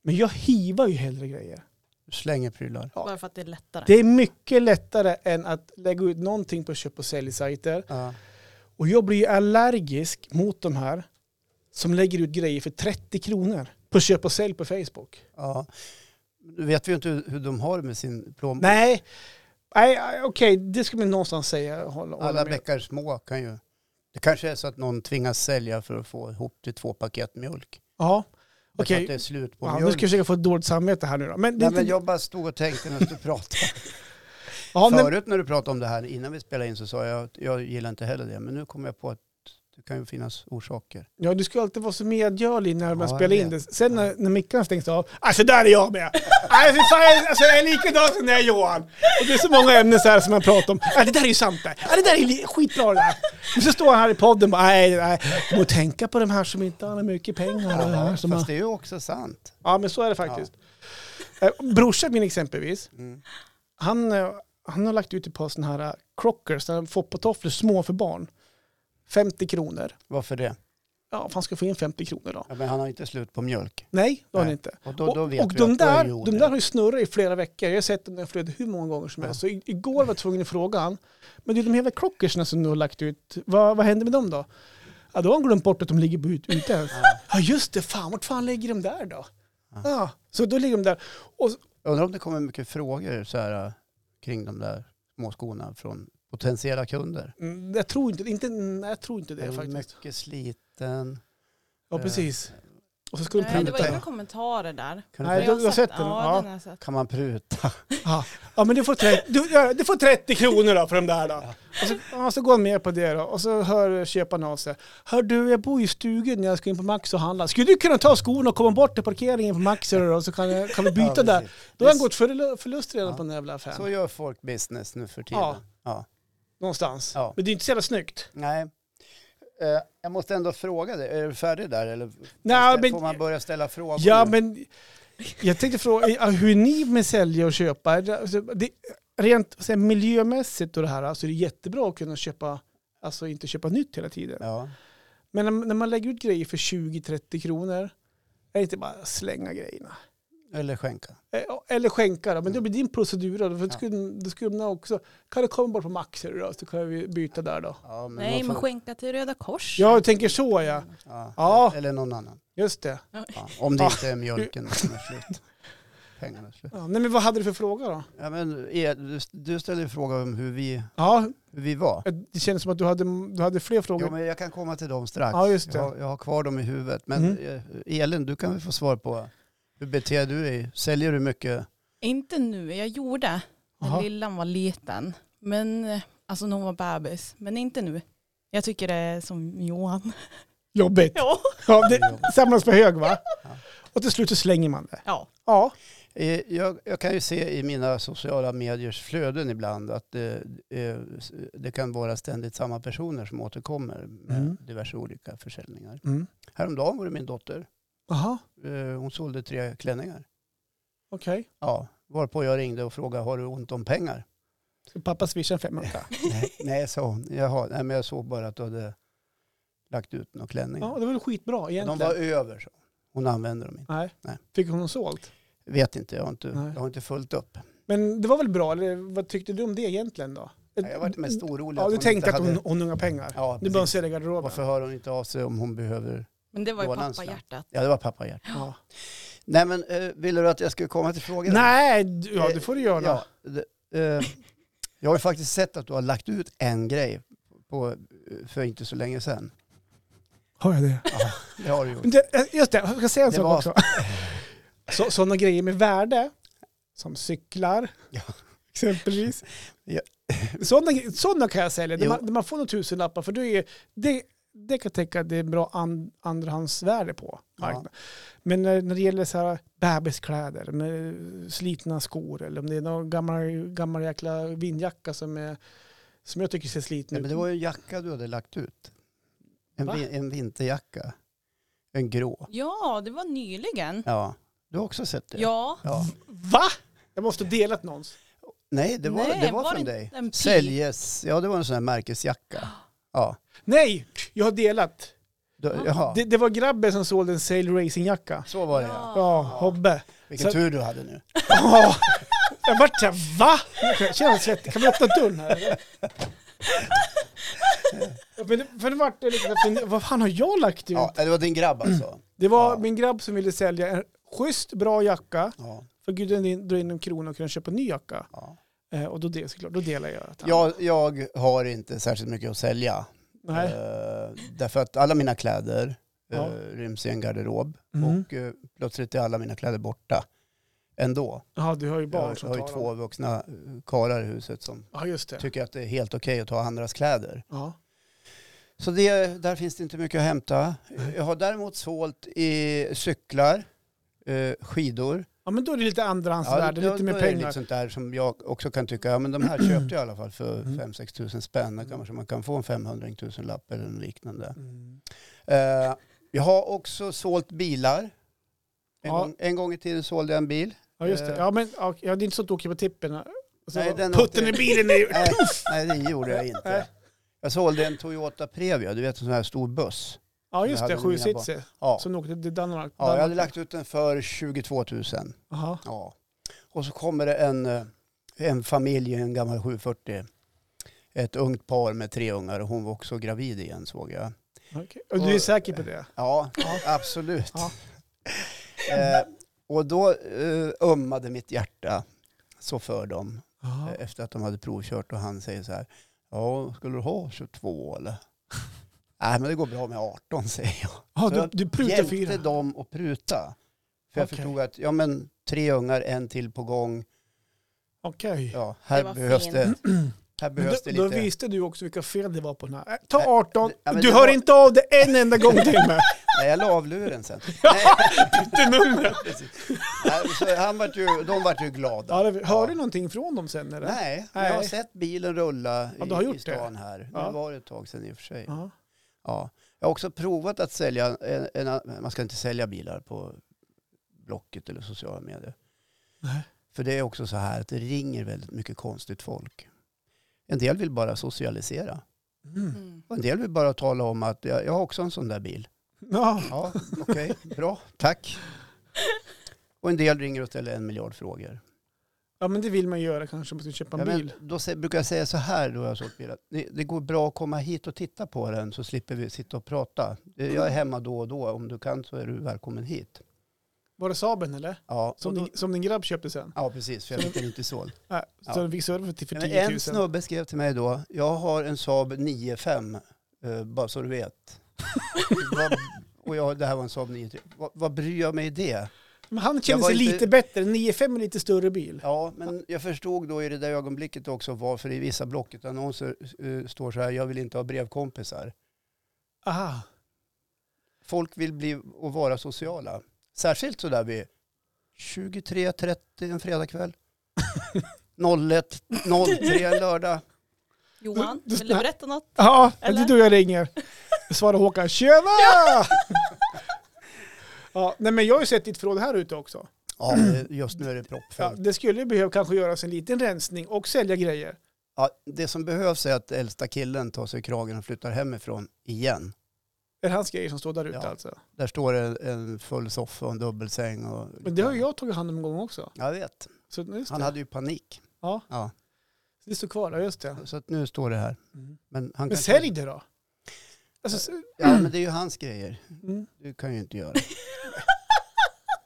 Men jag hivar ju hellre grejer. Du slänger prylar. Ja. Bara för att det är lättare. Det är mycket lättare än att lägga ut någonting på köp och säljsajter. Ja. Och jag blir ju allergisk mot de här som lägger ut grejer för 30 kronor på köp och sälj på Facebook. Ja. Nu vet vi ju inte hur hur de har det med sin plånbok. Nej, Nej, okej, det ska man någonstans säga. Hålla, hålla Alla med. bäckar små kan ju... Det kanske är så att någon tvingas sälja för att få ihop till två paket mjölk. Ja, Därför okej. att det är slut på Ja, nu mjölk. ska jag försöka få ett dåligt samvete här nu då. Men, det är Nej, inte, men jag bara stod och tänkte när du pratade. ja, men, Förut när du pratade om det här, innan vi spelade in, så sa jag att jag gillar inte heller det. Men nu kommer jag på att det kan ju finnas orsaker. ja, du ska alltid vara så medgörlig när man Ja, jag spelar in det. vet. Sen när, när mickarna stängs av, alltså där är jag med! Alltså, fy fan, jag- alltså jag är likadan som när jag är Johan! Och det är så många ämnen så här som man pratar om. Ja, det där är ju sant det! Ja, det där är li- skitbra det där! Men så står han här i podden och bara, nej, nej, du måste tänka på de här som inte har mycket pengar. Och det här, som har... Fast det är ju också sant. Ja, men så är det faktiskt. Eh, brorsan min exempelvis, Mm. han, eh, han har lagt ut ett par sådana här eh, crockers, såna här fotbollstofflor små för barn. 50 kronor. Varför det? ja, fan ska jag få in 50 kronor då? Ja, men han har inte slut på mjölk. Nej, det har han Nej. inte. Och då, då vet och och vi de, att då är där, det de där har ju snurrat i flera veckor. Jag har sett den där flödet hur många gånger som Ja. helst. Så i- igår var jag tvungen att fråga han. Men du, de här crockersna som du har lagt ut, vad, vad händer med dem då? Ja, då har han glömt bort att de ligger på ut, ute ens. Ja. Ja, just det. Fan, vart fan ligger de där då? Ja. Ja, så då ligger de där. Och, Jag undrar om det kommer mycket frågor så här, äh, kring de där småskorna från potentiella kunder. mm, jag, tror inte, inte, nej, jag tror inte det Är faktiskt. mycket sliten. Ja, Eh, precis. Och så skulle de Nej, det var pruta. ju- inga kommentarer där. Kan, Nej, du, du- du har sett den? Ja, Ja. den har jag sett. kan man pruta? Ja, ja men du får, 30, du, ja, du får 30 kronor då för de där då. Och så, ja, så går han med på det då. Och så hör köparen av sig. Hör du, jag bor i stugan när jag ska in på Max och handla. Skulle du kunna ta skorna och komma bort till parkeringen på Max då, och så kan, jag, kan vi byta Ja, där. precis. Då har han gått förl- förlust redan Ja. på den jävla affären. Så gör folk business nu för tiden. Ja. Ja. Någonstans. Ja. Men det är inte så jävla snyggt. Nej. Eh, Jag måste ändå fråga dig, är du färdig där eller Nej, får men- man börja ställa frågor? Ja, nu? men jag tänkte fråga, ja, hur är ni med sälja och köpa? Är det- alltså, Det, rent så här, miljömässigt och det här, alltså, det är jättebra att kunna köpa, alltså inte köpa nytt hela tiden. Ja. Men när, när man lägger ut grejer för 20-30 kronor, är det inte bara att slänga grejerna? Eller skänka. Eh, ja, Eller skänka då, men då blir din procedur då. För Ja. då skulle, då skulle man också, kan du komma bort på Max här då, så kan vi byta där då. Ja, men Nej, vad men fan- skänka till Röda Korset. Ja, jag tänker så ja. ja. Ja. Eller någon annan. Just det. Ja. Om det Ja. inte är mjölken som är slut. Pengarna är slut. Ja, nej, men vad hade du för fråga då? Ja, men er, du, du ställde ju frågan om hur vi, Ja, hur vi var. det kändes som att du hade, du hade fler frågor. Jo, men jag kan komma till dem strax. Ja, just det. Mm. Jag, har- jag har kvar dem i huvudet. Men eh, Elin, du kan väl få svar på hur beter du dig? Säljer du mycket? Inte nu, jag gjorde Aha. när lillan var liten. Men, eh, alltså när hon var bebis, men inte nu. Jag tycker det är som Johan. Jobbigt. Ja. Ja, det samlas på hög va? Ja. Och till slut så slänger man det. ja. Ja, Eh, Jag, jag kan ju se i mina sociala mediers flöden ibland att det, eh, s- det kan vara ständigt samma personer som återkommer med Mm. diverse olika försäljningar. mm. Häromdagen var det min dotter. aha, Eh, Hon sålde tre klänningar. okej. Ja, varpå jag ringde och frågade, har du ont om pengar? Så Pappa swishar 500. nej, nej, sa hon. Jaha, nej, men jag såg bara att du hade lagt ut några klänningar. Ja, det var väl skitbra egentligen. Mm. De var över, så. Hon använder dem inte. Nej. Nej. Fick hon dem sålt? Vet inte, jag har inte, Nej. jag har inte följt upp. Men det var väl bra, eller vad tyckte du om det egentligen då? Jag varit mest orolig. Ja, att du hon inte tänkte att hon, hade- hon har inga pengar. Ja, nu precis. börjar hon sälja garderoben. Varför hör hon inte av sig om hon behöver... Men det var ju Johanans pappahjärtat. Ja, det var pappahjärta. Ja. Nej, men eh, ville du att jag skulle komma till frågan? Nej, du- ja, det får du göra. Ja, det, eh, jag har ju faktiskt sett att du har lagt ut en grej på, eh, för inte så länge sedan. Har jag det? Ja, det har du gjort. Men det- eh, Just det, jag ska säga en Det sak var- också. Så, sådana grejer med värde, som cyklar, Ja. exempelvis. Ja. Sådana, gre- sådana kan jag sälja, där Jo. man, där man får några tusenlappar. För det, är, det, det kan jag tänka att det är bra an, andrahandsvärde på Ja. marknaden. Men när, när det gäller så här bebiskläder, med slitna skor eller om det är någon gammal, gammal jäkla vindjacka som, är, som jag tycker ser sliten Nej, ut. men det var ju en jacka du hade lagt ut. En, Va? vi, en vinterjacka. En grå. Ja, det var nyligen. Ja, du har också sett det? Ja. ja. Va? Jag måste ha delat någons. Nej, det var, Nej, det var, var från det dig. inte en pil? Säljes. Ja, det var en sån här märkesjacka. Ja. Nej, jag har delat. Du, Ja. Jaha, Det, det var grabben som sålde en Sail Racing-jacka. så var det ja. Ja. Ja, Hobbe. Vilken Så- tur du hade nu. Ja. Jag vart såhär, va? Jag känner svettig. Kan vi öppna dörren här eller? Ja, Men det, för det vart det lite, så här, vad fan har jag lagt ut? Ja, det var din grabb alltså. Det var Ja. min grabb som ville sälja en schysst bra jacka. Ja, För gud drog in- drog in en krona och kunde köpa en ny jacka. ja. Eh, och då, del, såklart, då delade jag. att han- Jag, jag har inte särskilt mycket att sälja. Nej. Eh, därför att alla mina kläder eh, Ja. ryms i en garderob Mm. och eh, plötsligt är alla mina kläder borta ändå. Ja, du har ju barn Jag, som har tar ju dem. två vuxna eh, karlar i huset som Ja, just det. tycker att det är helt okej att ta andras kläder. Ja. Så det, där finns det inte mycket att hämta. Jag har däremot sålt i cyklar, eh, skidor. ja, men då är det lite Ja, andrahandsvärde, då- Alltså lite då mer är det liksom- pengar. Lite sånt där som jag också kan tycka, ja men de här köpte jag i alla fall för Mm. 5-6 tusen spänn. Då kanske man kan få en 500 tusen lapp eller något liknande. Mm. Eh, jag har också sålt bilar. En, Ja. gång, en gång i tiden sålde jag en bil. Ja, just det. Eh. Ja, men ja, det är inte så att du åker på tippen. Och så Nej, den putten åkte- i bilen är ju... Nej, nej det gjorde jag Nej. inte. Jag sålde en Toyota Previa, du vet en sån här stor buss. Ja Jag just hade det, mina sju sitser Ja. som åkte till Danmark. ja, jag hade lagt ut den för 22 000. Aha. Ja. Och så kommer det en, eh, en familj, en gammal 740. Ett ungt par med tre ungar och hon var också gravid igen såg jag. okej. Och du är Och- eh, säker på det? Ja, absolut. Ja. Eh, och då eh, ömmade mitt hjärta så för dem Ja. eh, efter att de hade provkört och han säger så här. Ja, skulle du ha 22 eller? Nej, men det går bra med 18 säger jag. Ja, Så du, jag du prutar hjälpte fyra. dem att pruta. För jag Okej. förstod att ja, men, tre ungar, en till på gång. Okej. Ja, Det här var behövs det, här Men behövs det Då, då lite. visste du också vilka fel det var på den här. Äh, Ta Nej, 18, ja, men du det hör var- inte av det en enda gång till mig. Nej, jag la av luren sen. Byttenummer. Nej, så han vart ju, de vart ju glada. Ja, det- Hörde du Ja. någonting från dem sen eller? Nej, men jag har Nej. sett bilen rulla Ja, du har i, i gjort det. stan här. Ja. Nu var det ett tag sedan i och för sig. Ja. Ja. Jag har också provat att sälja, en, en, an- man ska inte sälja bilar på Blocket eller sociala medier. Nej. För det är också så här att det ringer väldigt mycket konstigt folk. En del vill bara socialisera. Mm. Och en del vill bara tala om att jag, jag har också en sån där bil. Ja. Ja, okej, bra, tack. Och en del ringer och ställer en miljard frågor. ja, men det vill man göra kanske om man ska köpa en Ja, men bil. Då sä- brukar jag säga så här då jag har sålt bilar. Det, det går bra att komma hit och titta på den så slipper vi sitta och prata. Eh, Jag är hemma då och då. Om du kan så är du välkommen hit. Var det Saben eller? Ja, och Som, då, din, som din grabb köpte sen? ja precis. För jag fick den inte såld. Äh, så Ja. den fick serva till för Men 10 000. en snubbe skrev till mig då. Jag har en Saab 9-5. eh, bara så du vet. Vad- och jag, det här var en Saab 9 Vad, vad bryr jag mig i det? Men han Jag kände var sig inte- lite bättre. 9,5 är lite större bil. Ja, men jag förstod då i det där ögonblicket också varför i vissa Blocket-annonser eh, står så här. Jag vill inte ha brevkompisar. Aha. Folk vill bli och vara sociala. Särskilt sådär vid 23.30 en fredagkväll. 01, 03 en lördag. Johan, Du- du- vill du berätta något? Ja, det Eller? är du jag ringer. Svarar Håkan, tjena! ja, nej men jag har ju sett ditt förråd här ute också. Ja, eh, just nu är det Ja, proppfullt. det skulle ju behöva kanske göras en liten rensning och sälja grejer. Ja, det som behövs är att äldsta killen tar sig i kragen och flyttar hemifrån igen. Det är hans grejer som står där ute Ja. alltså. Där står det en full soffa och en dubbelsäng. Och Men det har ju jag tagit hand om en gång också. Jag vet. Så just Han det. hade ju panik. Ja. ja. det står kvar, ja just det. Så att nu står det här. Mm. Men, han Men kan- sälj det då! Alltså, s- Ja, men det är ju hans grejer. mm, Du kan ju inte göra.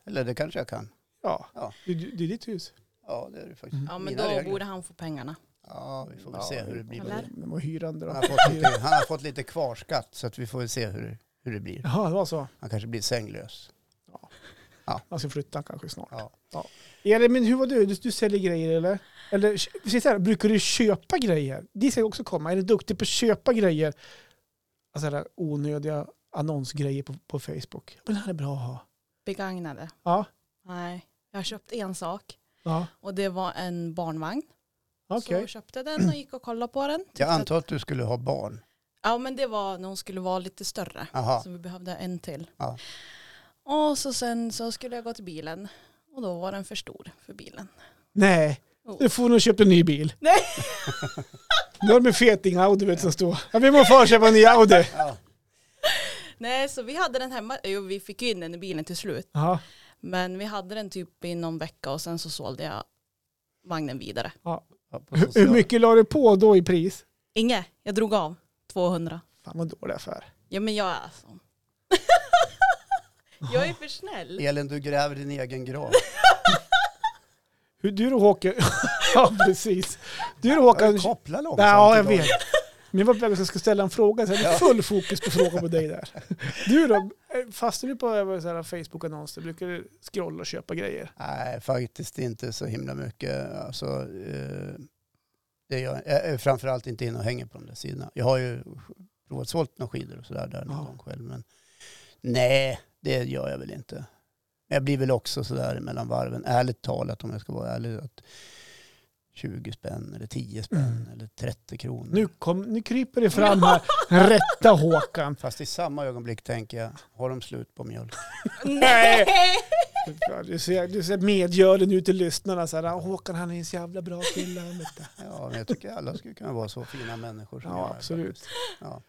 Eller det kanske jag kan. ja, Ja. Det, det är ditt hus. Ja, det är det faktiskt. Mm. Ja, men Mina då regler. borde han få pengarna. Ja, vi får väl Ja, se hur det blir. med Eller? det. Det var hyrande Han då. har, fått lite, han har fått lite kvarskatt så att vi får väl se hur, hur det blir. Jaha, det var så. Han kanske blir sänglös. Man ska flytta kanske snart. Ja. Elin, men hur var du? du? Du säljer grejer eller? Eller precis så här, brukar du köpa grejer? Det ska också komma. Är du duktig på att köpa grejer? Alltså här, onödiga annonsgrejer på, på Facebook. Men det här är bra att ha. Begagnade. Ja, Nej, jag har köpt en sak. ja. Och det var en barnvagn. okej. Så jag köpte den och gick och kollade på den. Tyckte Jag att- antar att du skulle ha barn. Ja men det var när hon skulle vara lite större. Aha. Så vi behövde en till. Ja. Och så sen så skulle jag gå till bilen. Och då var den för stor för bilen. Nej, du får nog köpa en ny bil. Oh. Nej. Nu har de en feting-Audi vet du, som står. Ja, vi må fan köpa en ny Audi. Ja. Nej så vi hade den hemma. Jo vi fick ju in den i bilen till slut. Ja, Men vi hade den typ i någon vecka och sen så sålde jag vagnen vidare. Ja, på hur, hur sociala- mycket la du på då i pris? Inge, jag drog av 200. Fan vad dålig affär. Ja men jag är alltså. jag är för snäll. Elin, du gräver din egen grav. Hur du då Håkan? ja, precis. Du då Håkan? Koppla långsamt. Ja, jag idag. vet. Men jag var på väg att jag skulle ställa en fråga, så jag hade full fokus på frågan på dig där. Du då, fastnar du på eh, så här Facebook-annonser? Brukar du scrolla och köpa grejer? Nej, faktiskt inte så himla mycket. Alltså, eh, det gör, jag är framförallt inte inne och hänger på de där sidorna. Jag har ju provat sålt några skidor och sådär där någon Ja. gång själv. Men nej, det gör jag väl inte. Men Jag blir väl också sådär mellan varven, ärligt talat om jag ska vara ärlig, att 20 spänn eller 10 spänn Mm. eller 30 kronor. Nu, kom, nu kryper det fram här, rätta Håkan. Fast i samma ögonblick tänker jag, har de slut på mjölk? Nej! Ja, Du ser, du ser medgörlig nu till lyssnarna. Så här, "Ah, Håkan han är en så jävla bra kille. han vet det." Ja, men jag tycker alla skulle kunna vara så fina människor som Ja, jag är. absolut. Ja.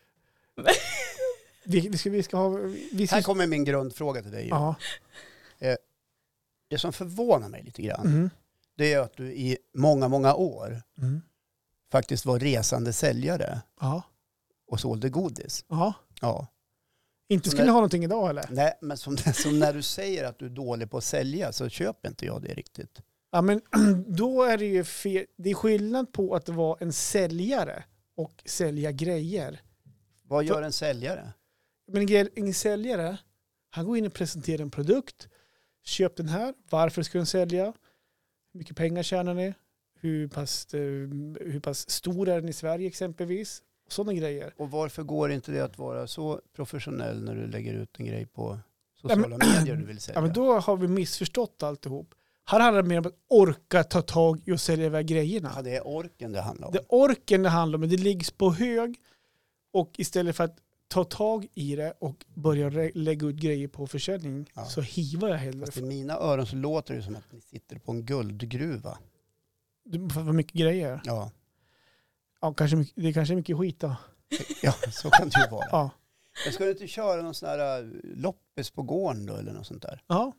Vi, vi, ska, vi ska ha... Vi ska, Här kommer min grundfråga till dig. ja. Det som förvånar mig lite grann, Mm. det är att du i många, många år Mm. faktiskt var resande säljare ja. och sålde godis. Ja. Ja. Inte Så skulle när- ha någonting idag eller? Nej, men som, som när du säger att du är dålig på att sälja så köper inte jag det riktigt. Ja, men då är det ju fel. Det är skillnad på att vara en säljare och sälja grejer. Vad gör en säljare? Men en, grej- en säljare, han går in och presenterar en produkt. Köp den här. Varför ska den sälja? Hur mycket pengar tjänar ni? Hur pass, eh, hur pass stor är den i Sverige exempelvis? Sådana grejer. Och varför går inte det att vara så professionell när du lägger ut en grej på sociala medier du vill sälja? Ja, men då har vi missförstått alltihop. Här handlar det mer om att orka ta tag i och sälja iväg grejerna. Ja, det är orken det handlar om. Det är orken det handlar om, men det liggs på hög. Och istället för att ta tag i det och börja re- lägga ut grejer på försäljning Ja. så hivar jag hellre. Fast i För, mina öron så låter det som att ni sitter på en guldgruva. för vad mycket grejer. Ja, Ja, kanske mycket, det kanske är mycket skit då. ja så kan det ju vara. Ja. Jag ska du inte köra någon sån här eh, loppis på gården då eller något sånt där? ja,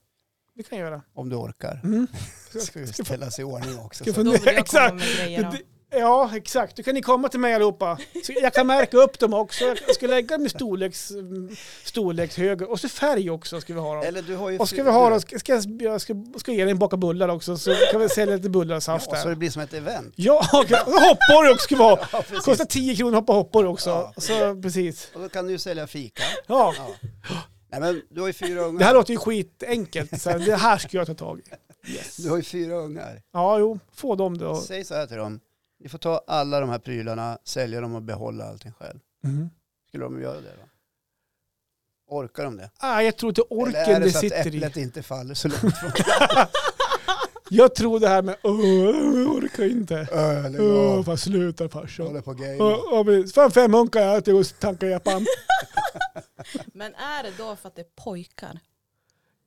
det kan jag göra. Om du orkar. Mm. Det ska ju ställas i ordning också. Ska Så. få- Då vill jag komma Exakt. med grejer. då. Det- det- Ja, exakt. Då kan ni komma till mig allihopa. Så jag kan märka upp dem också. Jag ska lägga dem i storleks, storlekshöger. Och så färg också ska vi ha dem. Eller du har ju... Och ska vi ha dem, ska, ska, jag ska, ska ge dig en baka bullar också så kan vi sälja lite bullar och saft Ja, så där. det blir som ett event. Ja, hoppborg också ska vi ha. Ja, precis. Kostar 10 kronor att hoppa hoppborg också. Ja. Så precis. Och då kan du ju sälja fika. Ja. Ja. Nej men du har ju fyra Det här ungar. låter ju skitenkelt. Så här, det här ska jag ta tag i. Du har ju fyra ungar. Ja, jo. Få dem då. Säg så här till dem. Ni får ta alla de här prylarna, sälja dem och behålla allting själv. Mm. Skulle de göra det då? Orkar de det? Ah, jag tror inte Eller är orken det, det så att sitter i. äpplet inte faller så långt från Jag tror det här med "Åh, jag orkar inte. ölen? Åh, och fan sluta farsan. Håller på game. Åh, åh, men Fan fem hunkar jag äter och tankar Japan. Men är det då för att det är pojkar?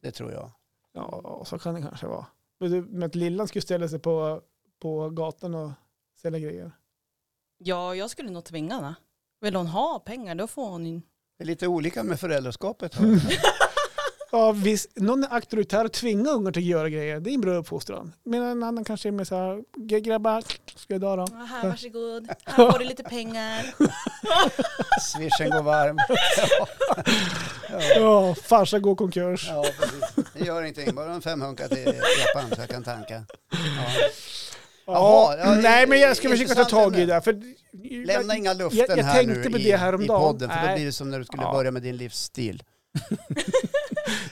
Det tror jag. Ja, så kan det kanske vara. Men det- Men att lillan skulle ställa sig på, på gatan och sälja grejer. Ja, jag skulle nog tvinga henne. Vill hon ha pengar då får hon ju... Det är lite olika med föräldraskapet. hör jag. Ja, visst, någon är auktoritär och tvingar ungar till att göra grejer. Det är en bra uppfostran. Medan en annan kanske är mer så här, "Ge- grabbar, ska jag dö då? Ja, här, varsågod. Här får du lite pengar. Swishen går varm. Ja, Ja, farsa går konkurs. ja precis. Det gör ingenting. Bara en femhunka till Japan så jag kan tanka. Ja. Ja, Jaha, ja, det- nej, men jag ska försöka ta intressant tag i ämne. det. här, För, Lämna inga luften jag här tänkte nu på i, det här om i dagen. podden. För då Nej. blir det som när du skulle Ja. börja med din livsstil.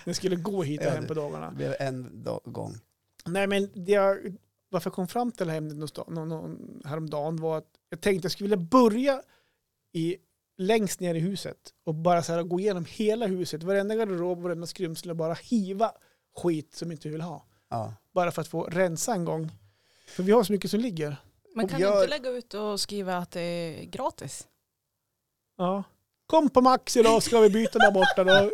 Den skulle gå hit och Ja, hem det- på Det dagarna. blev en dag- gång. Nej, men det jag, varför jag kom fram till det här ämnet någonstans- någon- någon- häromdagen var att jag tänkte jag skulle vilja börja i, längst ner i huset och bara så här, gå igenom hela huset, varenda garderob, varenda skrymsle och bara hiva skit som vi inte vill ha. Ja. bara för att få rensa en gång. För vi har så mycket som ligger. Men kan Jag- du inte lägga ut och skriva att det är gratis? Ja. Kom på Max idag ska vi byta där borta då.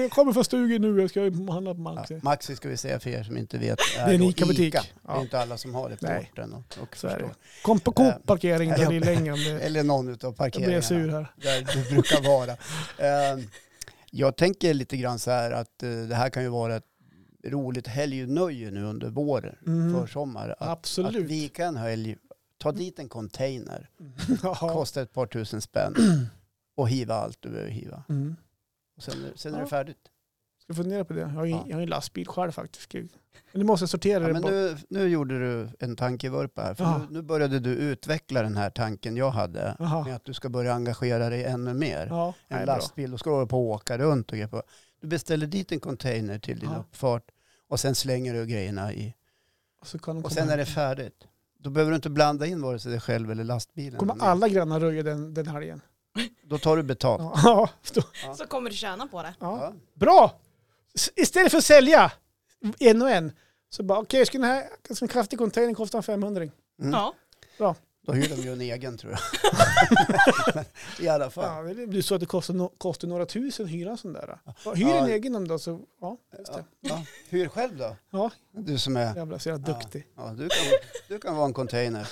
Jag kommer från stugan nu jag ska handla på Max. Ja. Maxi ska vi säga för er som inte vet. Det är en då Ica-butik. Det är Ja. inte alla som har det på Nej. orten. Och, och Så är det. förstår. Kom på Eh, Coop parkering där ja. det är längre om det. Eller någon utav Jag blir sur parkeringarna här. där du brukar vara. Ehm, jag tänker lite grann så här att eh, det här kan ju vara ett roligt helgnöje nu under våren, Mm. försommar. Att, att Absolut. vika en helg, ta dit en container, Ja. kosta ett par tusen spänn och hiva allt du behöver hiva. Mm. Och sen, sen är det Ja. färdigt. Ska fundera på det. Jag har ju, Ja. jag har ju en lastbil själv faktiskt. Men nu måste jag sortera Ja, det. men på- nu, nu gjorde du en tankevurpa här. För Ja. nu, nu började du utveckla den här tanken jag hade. Jaha. Med att du ska börja engagera dig ännu mer. Ja. Nej, En bra. lastbil, då ska du hålla på och åka runt och grejer på. Du beställer dit en container till din Ja. uppfart och sen slänger du grejerna i. Och, så kan de Och komma sen är hem. det färdigt. Då behöver du inte blanda in vare sig dig själv eller lastbilen. kommer alla grannar röja den, den helgen. Då tar du betalt. Ja. Ja. Ja. Ja. Så kommer du tjäna på det. Ja. Bra! S- Istället för att sälja en och en så bara okej, ska den här ska en kraftig container kosta en 500 Mm. Ja. Då hyr de ju en egen tror jag. I alla fall. ja, det är ju så att det kostar, no, kostar några tusen att hyra en sån där. Ja, Hyr Ja. en egen om då så, ja, just Ja. det. Ja. Hyr själv då. Ja. Du som är... Jävlar så jävla duktig. Ja, du, kan, du kan vara en container.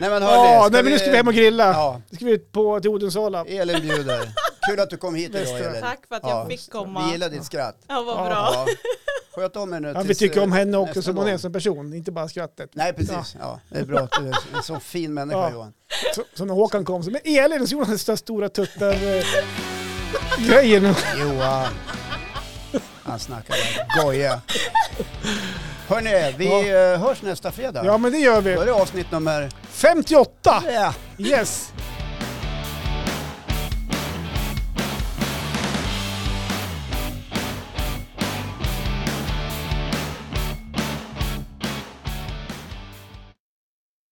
Nej men hörni, Åh, nej men nu ska vi hem och grilla. Ja, Nu ska vi ut på, till Odensala. Elin bjuder. Kul att du kom hit idag Bästa. Elin. Tack för att Ja. jag fick komma. Vi gillar ditt skratt. Ja, vad Ja. bra. Ja. Sköt om er nu Ja, vi tills, tycker om eh, henne också nästa som hon gång. är som person, inte bara skrattet. Nej precis, ja. det är bra att du är en sån fin människa Ja. Johan. Så, så när Håkan kom så, men Elin, så gjorde han den där stora eh, tuttar-grejen. Johan. Han snackar bara goja. Hörni, vi eh, hörs nästa fredag. Ja men det gör Då är vi. det avsnitt nummer... 58! Ja. Yes!